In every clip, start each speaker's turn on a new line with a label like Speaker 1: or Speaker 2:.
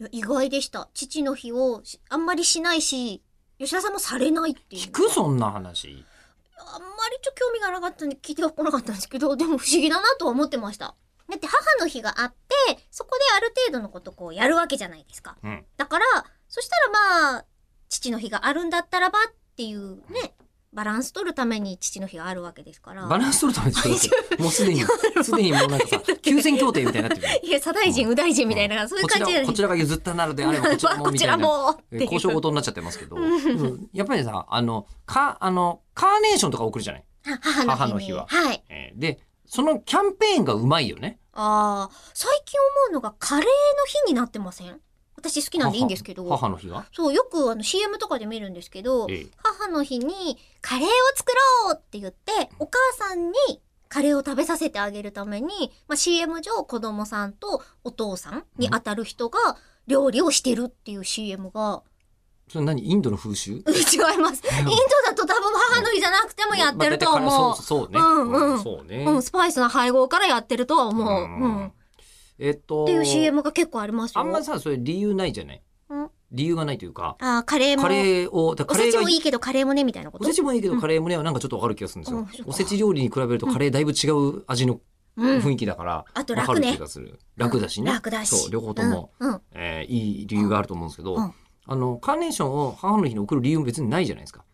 Speaker 1: いや意外でした。父の日をしあんまりしないし、吉田さんもされないっていう。
Speaker 2: 聞くそんな話。
Speaker 1: あんまりちょっと興味がなかったんで聞いてはこなかったんですけど、でも不思議だなとは思ってました。だって母の日があって、そこである程度のことこうやるわけじゃないですか。
Speaker 2: うん。
Speaker 1: だから、そしたらまあ、父の日があるんだったらばっていうね、バランス取るために父の日があるわけですから。
Speaker 2: バランス取るためにしてるだけもうす でに、すでにもうなんかさ、休戦協定みたいになってるよ。
Speaker 1: いや、左大臣、右大臣みたいな、 そういう
Speaker 2: こち
Speaker 1: 感じじゃ
Speaker 2: ら、
Speaker 1: な
Speaker 2: こ
Speaker 1: い
Speaker 2: ちらが譲ったなのであれば、こちらも
Speaker 1: こ
Speaker 2: み
Speaker 1: ち
Speaker 2: たい
Speaker 1: ら
Speaker 2: な。
Speaker 1: もっていう。
Speaker 2: 交渉事になっちゃってますけど、うんやっぱりさ、あの、か、あの、カーネーションとか送るじゃない、
Speaker 1: は母の日に。
Speaker 2: 母の日は
Speaker 1: はい。
Speaker 2: えーで、そのキャンペーンがうまいよね。
Speaker 1: ああ、最近思うのがカレーの日になってません私好きなんでいいんですけど。
Speaker 2: 母の日が
Speaker 1: そう、よくあの CM とかで見るんですけど、
Speaker 2: ええ
Speaker 1: 母の日にカレーを作ろうって言って、お母さんにカレーを食べさせてあげるために、まあ、CM 上子供さんとお父さんに当たる人が料理をしてるっていう CM が、
Speaker 2: それ何インドの風習
Speaker 1: 違い ます。インドだと多分母の日じゃなくてもやってると
Speaker 2: まあ
Speaker 1: 思
Speaker 2: 大体彼そうそうね。
Speaker 1: うんうん
Speaker 2: そうね。
Speaker 1: う。うん、スパイスの配合からやってるとは思う。
Speaker 2: う
Speaker 1: うんん。っ
Speaker 2: えっと、
Speaker 1: ていう CM が結構ありますよ。
Speaker 2: あんまさ、それ理由ないじゃない
Speaker 1: うん
Speaker 2: 理由がないというか、
Speaker 1: あーカレーも。
Speaker 2: カレーを、だ
Speaker 1: お
Speaker 2: からカレ
Speaker 1: せち
Speaker 2: ーが
Speaker 1: もいいけどカレーもね、みたいなこ
Speaker 2: お
Speaker 1: と
Speaker 2: せ。ちもいいけど、カレーもね、なんかちょっとわかる気がするんです
Speaker 1: う
Speaker 2: よ
Speaker 1: んそう。か
Speaker 2: おせち料理に比べるとカレーだいぶ違う味の
Speaker 1: うん
Speaker 2: 雰囲気だから、
Speaker 1: あと
Speaker 2: わ
Speaker 1: 楽
Speaker 2: かる
Speaker 1: ね
Speaker 2: 気。がする。楽だしね。
Speaker 1: 楽だし。
Speaker 2: そう、両方とも、
Speaker 1: うん。うん
Speaker 2: えーいい理由があると思うんですけど、
Speaker 1: うん
Speaker 2: あの、カーネーションを母の日に送る理由も別にないじゃないですか。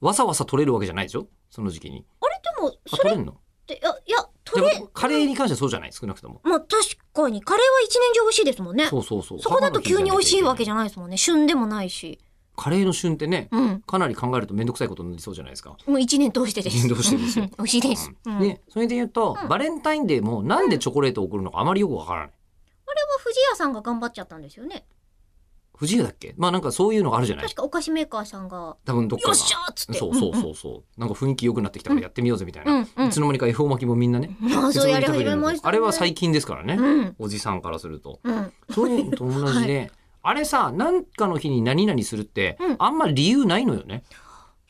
Speaker 2: わさわさ取れるわけじゃないでしょその時期に。
Speaker 1: あれでも、
Speaker 2: あ、
Speaker 1: それ
Speaker 2: 取
Speaker 1: っ
Speaker 2: れんの
Speaker 1: て、いや、いや、
Speaker 2: で
Speaker 1: 取
Speaker 2: も
Speaker 1: れ、
Speaker 2: カレーに関してはそうじゃない少なくとも。
Speaker 1: まあ確かに、カレーは一年中美味しいですもんね。
Speaker 2: そうそうそう。
Speaker 1: そこだと急に美味しいわけじ
Speaker 2: ゃ
Speaker 1: ゃないですもんね。旬でもないし。
Speaker 2: カレーの旬ってね、
Speaker 1: うん。
Speaker 2: かなり考えるとめんどくさいことになりそうじゃないですか。
Speaker 1: もう一年通してです。
Speaker 2: 一年通してですよ
Speaker 1: うん美味しいです。うん。これは
Speaker 2: で、それで言うと、バレンタインデーもなんでチョコレートを送るのかあまりよくわからない。
Speaker 1: 藤屋さんが頑張っちゃったんですよね。
Speaker 2: 藤井だっけまあなんかそういうのがあるじゃない
Speaker 1: 確かお菓子メーカーさんが、
Speaker 2: 多分どっか
Speaker 1: よ
Speaker 2: が。
Speaker 1: っしゃーっつって。
Speaker 2: そうそうそうそう。なんか雰囲気良くなってきたからやってみようぜみたいな。
Speaker 1: うんうん
Speaker 2: いつの間にか恵方巻きもみんなね。
Speaker 1: うん。ああ、そうやり
Speaker 2: いつの
Speaker 1: 始
Speaker 2: 間にか食べる
Speaker 1: め
Speaker 2: ようになっ
Speaker 1: ま
Speaker 2: て
Speaker 1: した、ね。
Speaker 2: あれは最近ですからね。
Speaker 1: うん。
Speaker 2: おじさんからすると。
Speaker 1: うん。
Speaker 2: そういうのと同じで、あれさ、なんかの日に何々するって、あんま理由ないのよね。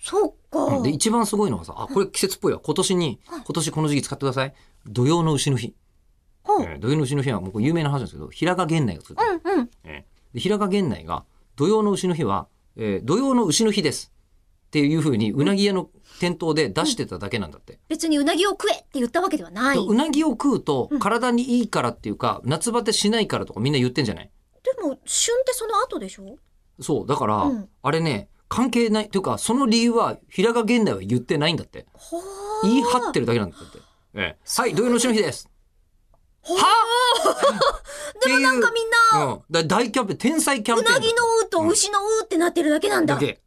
Speaker 1: そうか。
Speaker 2: で、一番すごいのはさ、あ、これ季節っぽいわ。今年に、今年この時期使ってください。土用の牛の日。
Speaker 1: ほう
Speaker 2: えー土用の牛の日は、もうこれ有名な話なんですけど、平賀源内が作った。
Speaker 1: うんうん。
Speaker 2: えーで平賀源内が、土用の牛の日は、えー土用の牛の日です。っていうふうに、うなぎ屋の店頭で出してただけなんだって。
Speaker 1: 別にうなぎを食えって言ったわけではない。
Speaker 2: うなぎを食うと、体にいいからっていうか、夏バテしないからとかみんな言ってんじゃない
Speaker 1: でも、旬ってその後でしょ
Speaker 2: そう、だから、
Speaker 1: うん
Speaker 2: あれね、関係ない。というか、その理由は、平賀源内は言ってないんだって。
Speaker 1: ほー。
Speaker 2: 言い張ってるだけなんだって。ええ、はい、土曜の丑の日です。
Speaker 1: ほー
Speaker 2: でもな
Speaker 1: なん
Speaker 2: ん
Speaker 1: かみんな、
Speaker 2: うん、だ大キャンペーン、天才キャン
Speaker 1: う
Speaker 2: ペーンだ。
Speaker 1: なぎのうと牛のうってなってるだけなんだ。
Speaker 2: だけ。